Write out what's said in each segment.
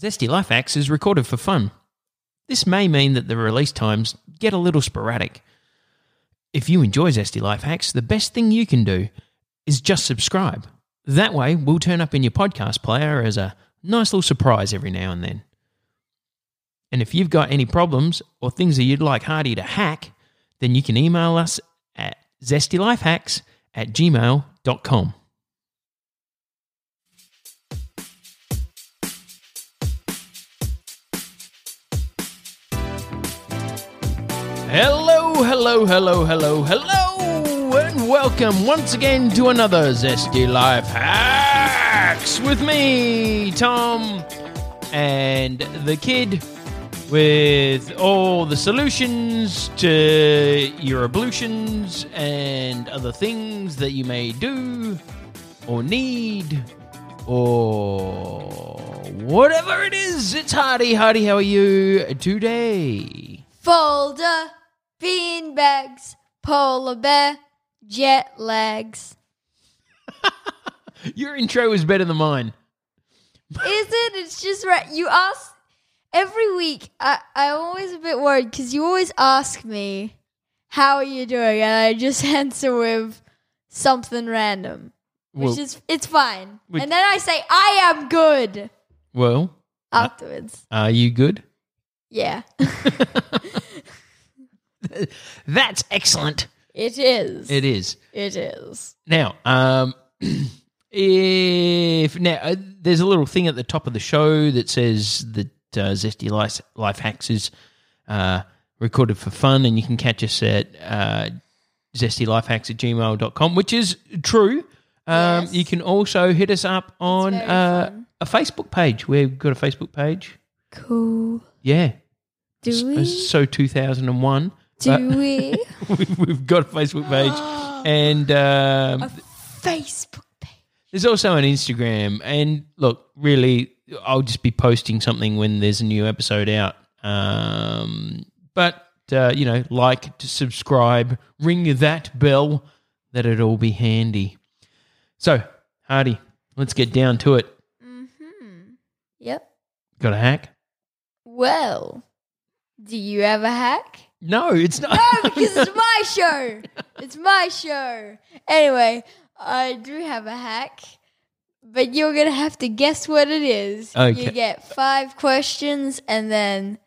Zesty Life Hacks is recorded for fun. This may mean that the release times get a little sporadic. If you enjoy Zesty Life Hacks, the best thing you can do is just subscribe. That way, we'll turn up in your podcast player as a nice little surprise every now and then. And if you've got any problems or things that you'd like Hardy to hack, then you can email us at zestylifehacks at gmail.com. Hello, hello, hello, hello, hello, and welcome once again to another Zesty Life Hacks with me, Tom, and the kid with all the solutions to your ablutions and other things that you may do or need or whatever it is. It's Hardy. Hardy, how are you today? Folder, bean bags, polar bear, jet lags. Your intro is better than mine. Is it? It's just right. You ask every week. I, I'm always a bit worried because you always ask me, How are you doing? And I just answer with something random, which Well- is, it's fine. Which- and then I say, I am good Well, afterwards. are you good? Yeah, That's excellent. it is. It is. it is. Now, um, if now uh, there's a little thing at the top of the show that says that uh, Zesty Life, Life Hacks is uh, recorded for fun, and you can catch us at uh, zestylifehacks at gmail.com, which is true. Um, Yes. You can also hit us up on very uh, fun. a Facebook page. We've got a Facebook page. Cool. Yeah. S- Do we? So 2001. Do we? we've, Uh, we've got a Facebook page, and um, Facebook page. there's also an Instagram. And look, really, I'll just be posting something when there's a new episode out. Um, but uh, you know, like to subscribe, ring that bell, that would all be handy. So, Hardy, let's get down to it. Mm-hmm. Yep. Got a hack? Well, do you have a hack? No, it's not. No, Oh, because it's my show. It's my show. Anyway, I do have a hack, but you're gonna have to guess what it is. Okay. You get five questions and then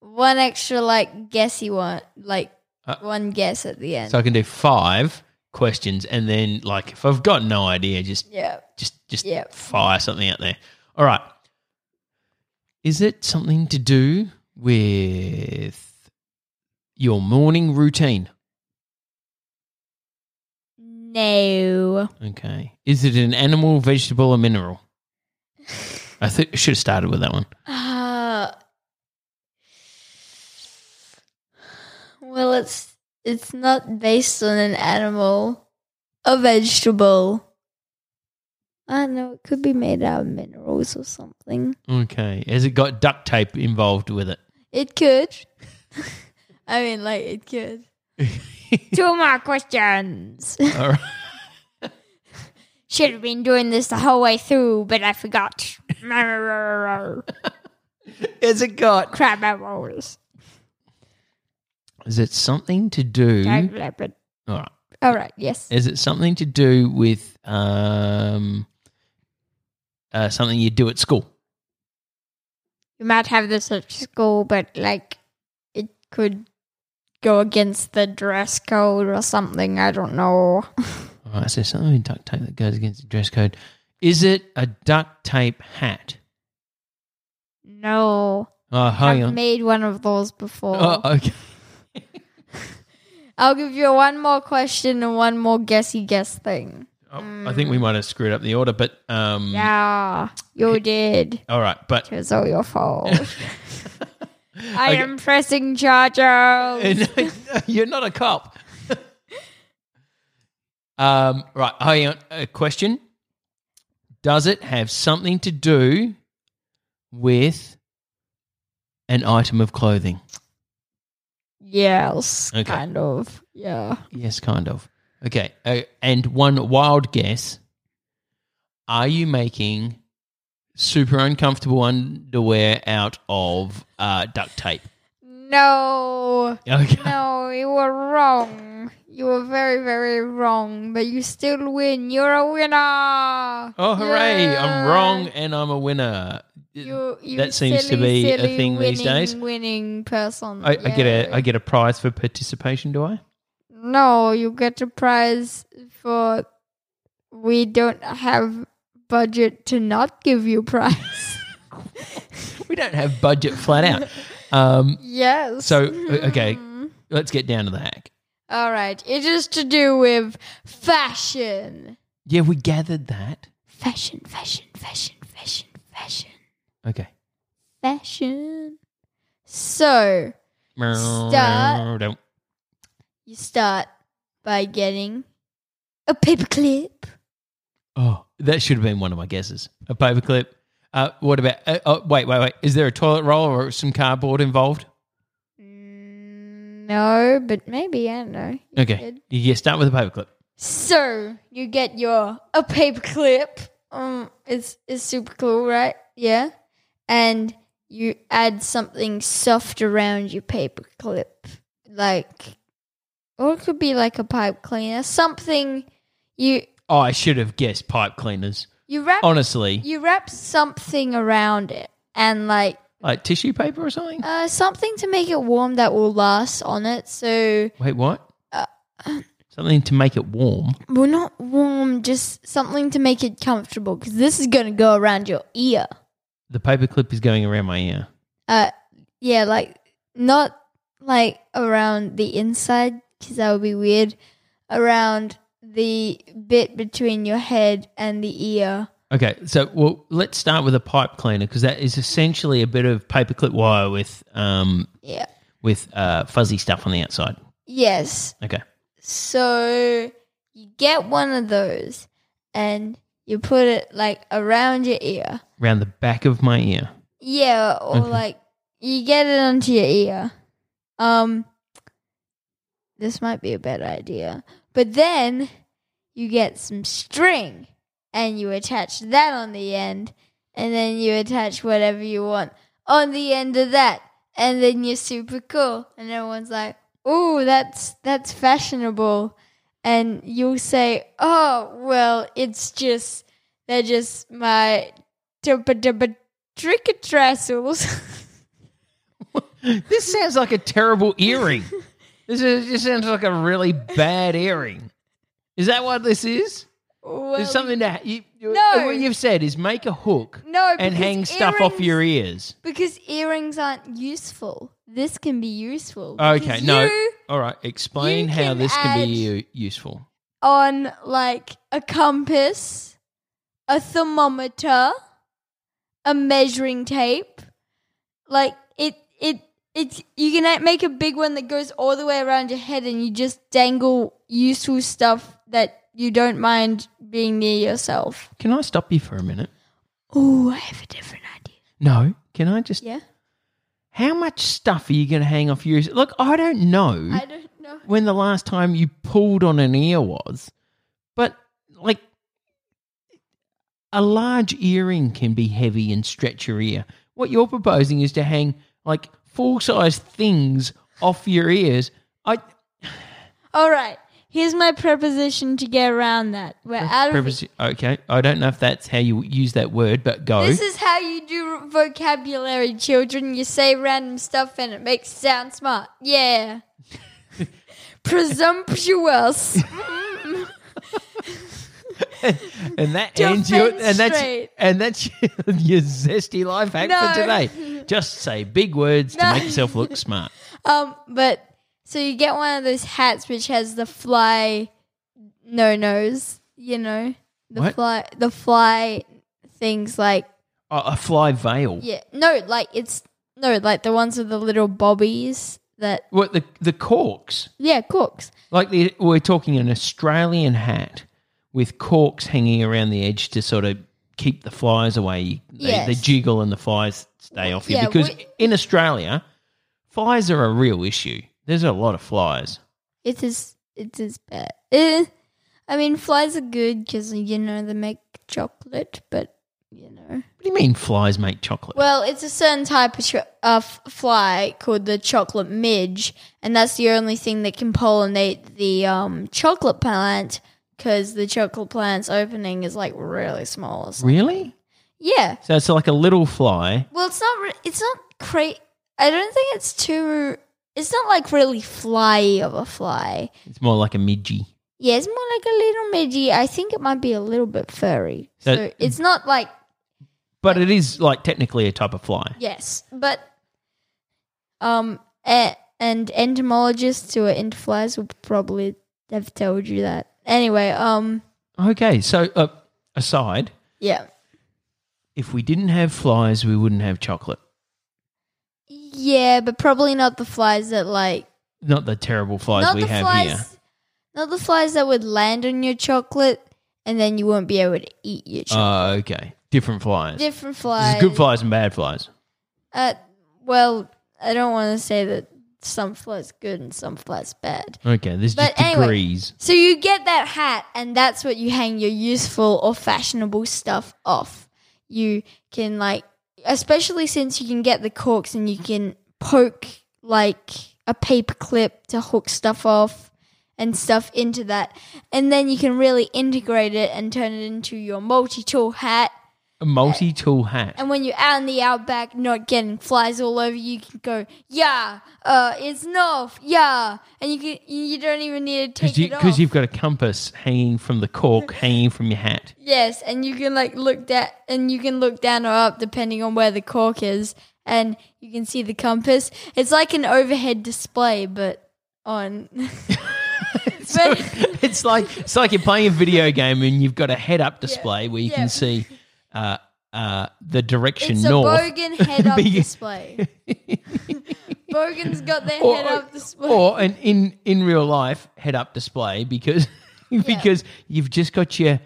one extra like guessy one, like Uh, one guess at the end. so I can do five questions, and then like if I've got no idea, just yeah. just just Yep. fire something out there. All right. Is it something to do with your morning routine? No. Okay. Is it an animal, vegetable, or mineral? I think I should have started with that one. Uh, well, it's it's not based on an animal, a vegetable. I don't know. It could be made out of minerals or something. Okay. Has it got duct tape involved with it? It could. I mean, like it could. Two more questions. All right. Should have been doing this the whole way through, but I forgot. Crab Has it got? apples. Is it something to do? All right. All right. Yes. Is it something to do with um, uh, something you do at school? You might have this at school, but like it could go against the dress code or something. I don't know. All right, so something in duct tape that goes against the dress code. Is it a duct tape hat? No. Oh, hang I've on. made one of those before. Oh, okay. I'll give you one more question and one more guessy guess thing. Oh, I think we might have screwed up the order, but um, Yeah, you did. All right, but It was all your fault. I Okay. am pressing charges. you're not a cop. um, right, hang on. A question: Does it have something to do with an item of clothing? yes, Okay. kind of. Yeah. Yes, kind of. Okay. Uh, and one wild guess Are you making super uncomfortable underwear out of uh, duct tape? No, Okay. no, you were wrong. You were very, very wrong, but you still win. You're a winner. Oh, hooray. I'm Yeah. wrong and I'm a winner. You, you That seems to silly, be a silly thing these winning- days. Winning person. I, I get a Yeah. I get a prize for participation, do I? No, you get a prize for we don't have budget to not give you prize. We don't have budget flat out. Um, yes. so Hmm. o- okay, let's get down to the hack. All right. It is to do with fashion. Yeah, we gathered that. Fashion, fashion, fashion, fashion, fashion, Okay. fashion. So, Start. you start by getting a paperclip. Oh, that should have been one of my guesses. A paperclip. Uh, what about? Uh, oh, wait, wait, wait. Is there a toilet roll or some cardboard involved? Mm, No, but maybe, I don't know. You Okay. could- Yeah, start with a paperclip. So you get your a paperclip. Um, it's it's super cool, right? Yeah, and you add something soft around your paperclip, like or it could be like a pipe cleaner, something you Oh, I should have guessed pipe cleaners. you wrap Honestly, you wrap something around it and like like tissue paper or something. uh, something to make it warm that will last on it. So Wait, what? uh, Something to make it warm. well, not warm, just something to make it comfortable because this is gonna go around your ear. The paperclip is going around my ear. Uh, yeah, like not like around the inside because that would be weird. Around the bit between your head and the ear. Okay, so well, let's start with a pipe cleaner because that is essentially a bit of paperclip wire with um Yeah. with uh, fuzzy stuff on the outside. Yes. Okay. So you get one of those and you put it like around your ear. Round the back of my ear. Yeah, or Okay. like you get it onto your ear. Um this might be a bad idea. But then you get some string and you attach that on the end and then you attach whatever you want on the end of that and then you're super cool and everyone's like, "Oh, that's that's fashionable." And you'll say, "Oh, well, it's just they're just my trick-or-treasures. This sounds like a terrible earring. this is, just sounds like a really bad earring. Is that what this is? well, There's something to you, you- No. what you've said is make a hook No, and because hang stuff off earrings- your ears. because earrings aren't useful. This can be useful. Okay, Because no. you All right, explain you how can this can add- be u- useful. on like a compass, a thermometer, a measuring tape. Like it, it, it's you can a- make a big one that goes all the way around your head, and you just dangle useful stuff that you don't mind being near yourself. Can I stop you for a minute? Oh, I have a different idea. No. Can I just? Yeah, How much stuff are you going to hang off your ears? Look, I don't know. I don't know. when the last time you pulled on an ear was, but like a large earring can be heavy and stretch your ear. What you're proposing is to hang like full size things off your ears. I All right. Here's my preposition to get around that. We're out of Preposi- okay, I don't know if that's how you use that word, but go. This is how you do vocabulary, children. You say random stuff and it makes it sound smart. Yeah. Presumptuous. and that ends your Dolphin and that's straight. and that's your zesty life hack No. for today. Just say big words to No. make yourself look smart. um, but so you get one of those hats which has the fly no nos, you know? The What? fly the fly things like Oh, a fly veil. yeah. No, like it's no, like the ones with the little bobbies that What the the corks? yeah, corks. Like the, we're talking an Australian hat with corks hanging around the edge to sort of keep the flies away. You- They, Yes. they jiggle and the flies stay off you yeah, because we- in Australia, flies are a real issue. There's a lot of flies. It is. It is bad. Eh, I mean, flies are good because you know they make chocolate, but you know. What do you mean flies make chocolate? Well, it's a certain type of cho- uh, f- fly called the chocolate midge, and that's the only thing that can pollinate the um, chocolate plant because the chocolate plant's opening is like really small. or something. really? Yeah. So it's like a little fly. Well, it's not. Re- it's not cra I don't think it's too. It's not like really fly of a fly. It's more like a midgie. Yeah, it's more like a little midgy. I think it might be a little bit furry. So- So, it's not like But it is like technically a type of fly. yes, but um, e- and entomologists who are into flies will probably have told you that. Anyway, um, Okay, so uh, aside, yeah, if we didn't have flies, we wouldn't have chocolate. yeah, but probably not the flies that like Not the terrible flies not we the have flies, here. not the flies that would land on your chocolate and then you won't be able to eat your chocolate. Oh, okay. Different flies. Different There's flies, good flies and bad flies. Uh, well, I don't want to say that some flies good and some flies bad. Okay, there's But just anyway. degrees. So you get that hat, and that's what you hang your useful or fashionable stuff off. You can like, especially since you can get the corks and you can poke like a paper clip to hook stuff off and stuff into that, and then you can really integrate it and turn it into your multi-tool hat. A multi-tool hat. And when you're out in the outback, not getting flies all over you, you can go, yeah, uh, it's north, yeah, and you can, you- you don't even need to take Because you, it have off. got a compass hanging from the cork, hanging from your hat. yes, and you can like look that, and you can look down or up depending on where the cork is, and you can see the compass. It's like an overhead display, but on. but, It's like it's like you're playing a video game and you've got a head-up display where you yeah. can see uh, uh, the direction it's a north. Bogan head up Big- display. Bogan's got their head up display. or an in in real life head up display because because you've just got your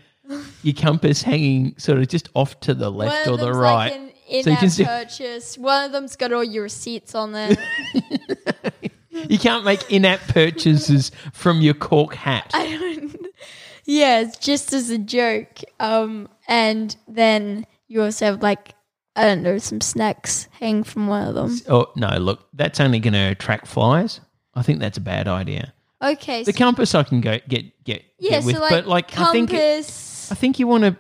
your compass hanging sort of just off to the left one or of the them's right. Like an in-app so you can see purchase. One of them's got all your receipts on there. you can't make in app purchases from your cork hat. yeah, it's just as a joke. Um, and then you also have like I don't know some snacks hanging from one of them. oh no, look, that's only going to attract flies. I think that's a bad idea. Okay, The so, compass I can go get get yeah, get with, so like, but like I think it- compass. I think you want to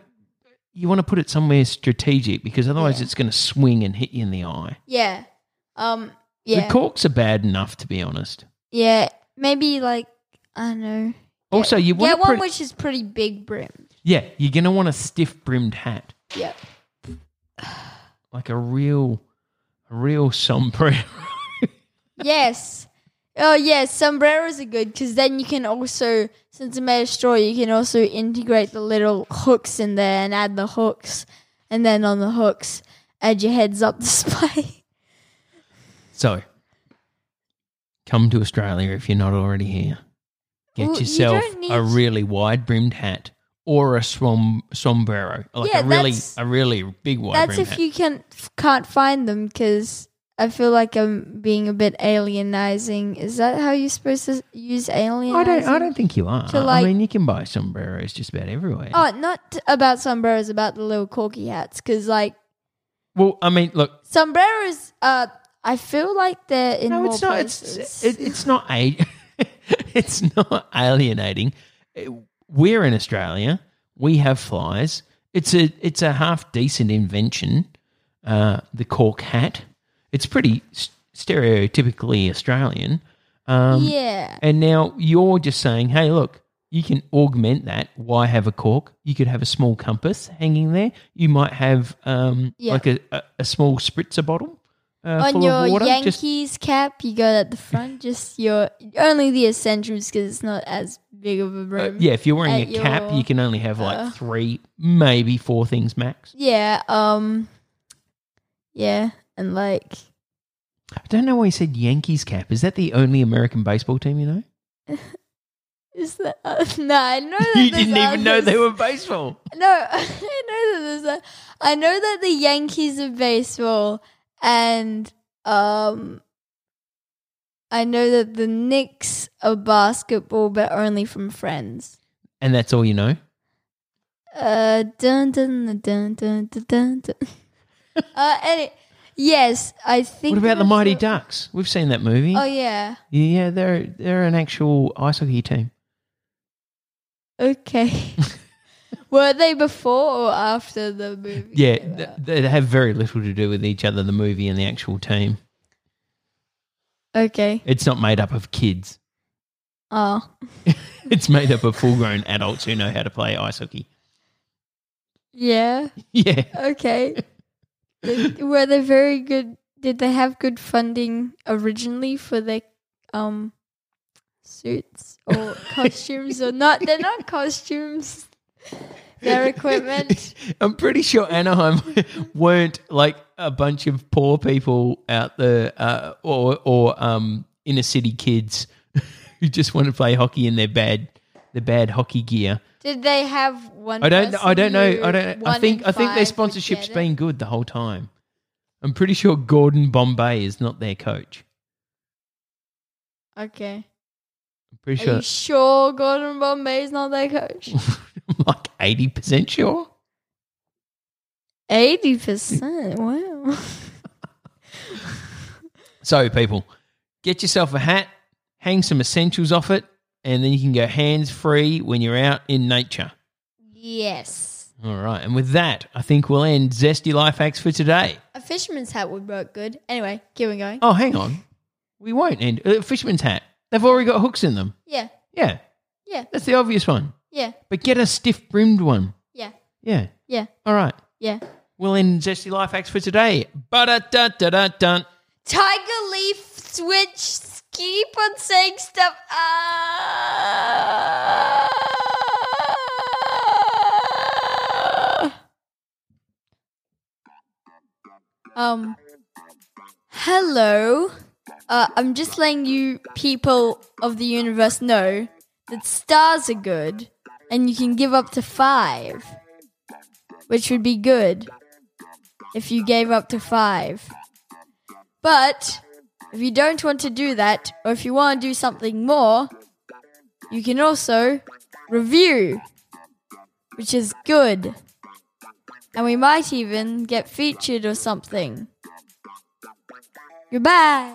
you want to put it somewhere strategic because otherwise it's going to swing and hit you in the eye. yeah, um, yeah, The corks are bad enough to be honest. yeah. Maybe like I don't know. Also, you want yeah, a one pretty- which is pretty big brim. yeah, you're gonna want a stiff brimmed hat, Yeah. like a real, a real sombrero. yes. Oh yes, sombreros are good because then you can also, since it's made of straw, you can also integrate the little hooks in there and add the hooks, and then on the hooks, add your heads up display. so, come to Australia if you're not already here. Get Well, you yourself don't need- a really wide brimmed hat or a swom- sombrero, like Yeah, a really, that's- a really big wide That's brimmed hat. if you can f- can't find them because I feel like I'm being a bit alienizing. Is that how you're supposed to s- use alienizing? I don't, I don't think you are. To I like- mean, you can buy sombreros just about everywhere. Oh, not about sombreros, about the little corky hats, because like well, I mean, look, sombreros, uh, I feel like they're in No, more it's not. places. It's it, it's not a. it's not alienating. It- We're in Australia. We have flies. It's a it's a half decent invention. Uh, the cork hat. It's pretty s- stereotypically Australian. Um, yeah. and now you're just saying, hey, look, you can augment that. Why have a cork? You could have a small compass hanging there. You might have um, Yeah. like a, a, a small spritzer bottle uh, On full your of water. Just, Yankees cap, you got at the front just your only the essentials because it's not as big of a uh, room. yeah, if you're wearing at a cap, your- you can only have like uh, three, maybe four things max. Yeah, um Yeah, and like I don't know why you said Yankees cap. Is that the only American baseball team you know? is that uh, no, I know that you there's didn't even know others. they were baseball. No, I know that there's a I know that the Yankees are baseball and um I know that the Knicks are basketball but only from friends. And that's all you know? Uh, dun dun dun dun dun dun. dun. uh, and it, yes, I think. What about the it was Mighty Ducks? We've seen that movie. Oh yeah. yeah, they're they're an actual ice hockey team. Okay. Were they before or after the movie? Yeah, came th- out? they have very little to do with each other, the movie and the actual team. Okay. It's not made up of kids. Oh. It's made up of full grown adults who know how to play ice hockey. Yeah. Yeah. Okay. Did- Were they very good? Did they have good funding originally for their um suits or costumes or not? They're not costumes. Their equipment. I'm pretty sure Anaheim weren't like a bunch of poor people out there uh, or, or um, inner city kids who just want to play hockey in their bad, their bad hockey gear. Did they have one? I don't. I person don't know. who I don't. I one think. in I think five their would sponsorship's get it? been good the whole time. I'm pretty sure Gordon Bombay is not their coach. Okay. I'm pretty Are sure. you sure Gordon Bombay is not their coach? I'm like eighty percent sure. Eighty percent. Wow. So people, get yourself a hat, hang some essentials off it, and then you can go hands free when you're out in nature. yes. All right, and with that, I think we'll end Zesty Life Hacks for today. A fisherman's hat would work good. Anyway, keep on going. Oh, hang on, we won't end uh, fisherman's hat. They've already got hooks in them. Yeah. Yeah, Yeah. that's the obvious one. Yeah. But get a stiff brimmed one. Yeah. Yeah. Yeah. All right. Yeah. We'll end Zesty Life Hacks for today. Ba-da-da-da-da-dun. Tiger leaf switch. Keep on saying stuff. uh. Ah. Um. Hello. Uh, I'm just letting you people of the universe know that stars are good, and you can give up to five, which would be good if you gave up to five. But if you don't want to do that, or if you want to do something more, you can also review, which is good. And we might even get featured or something. Goodbye.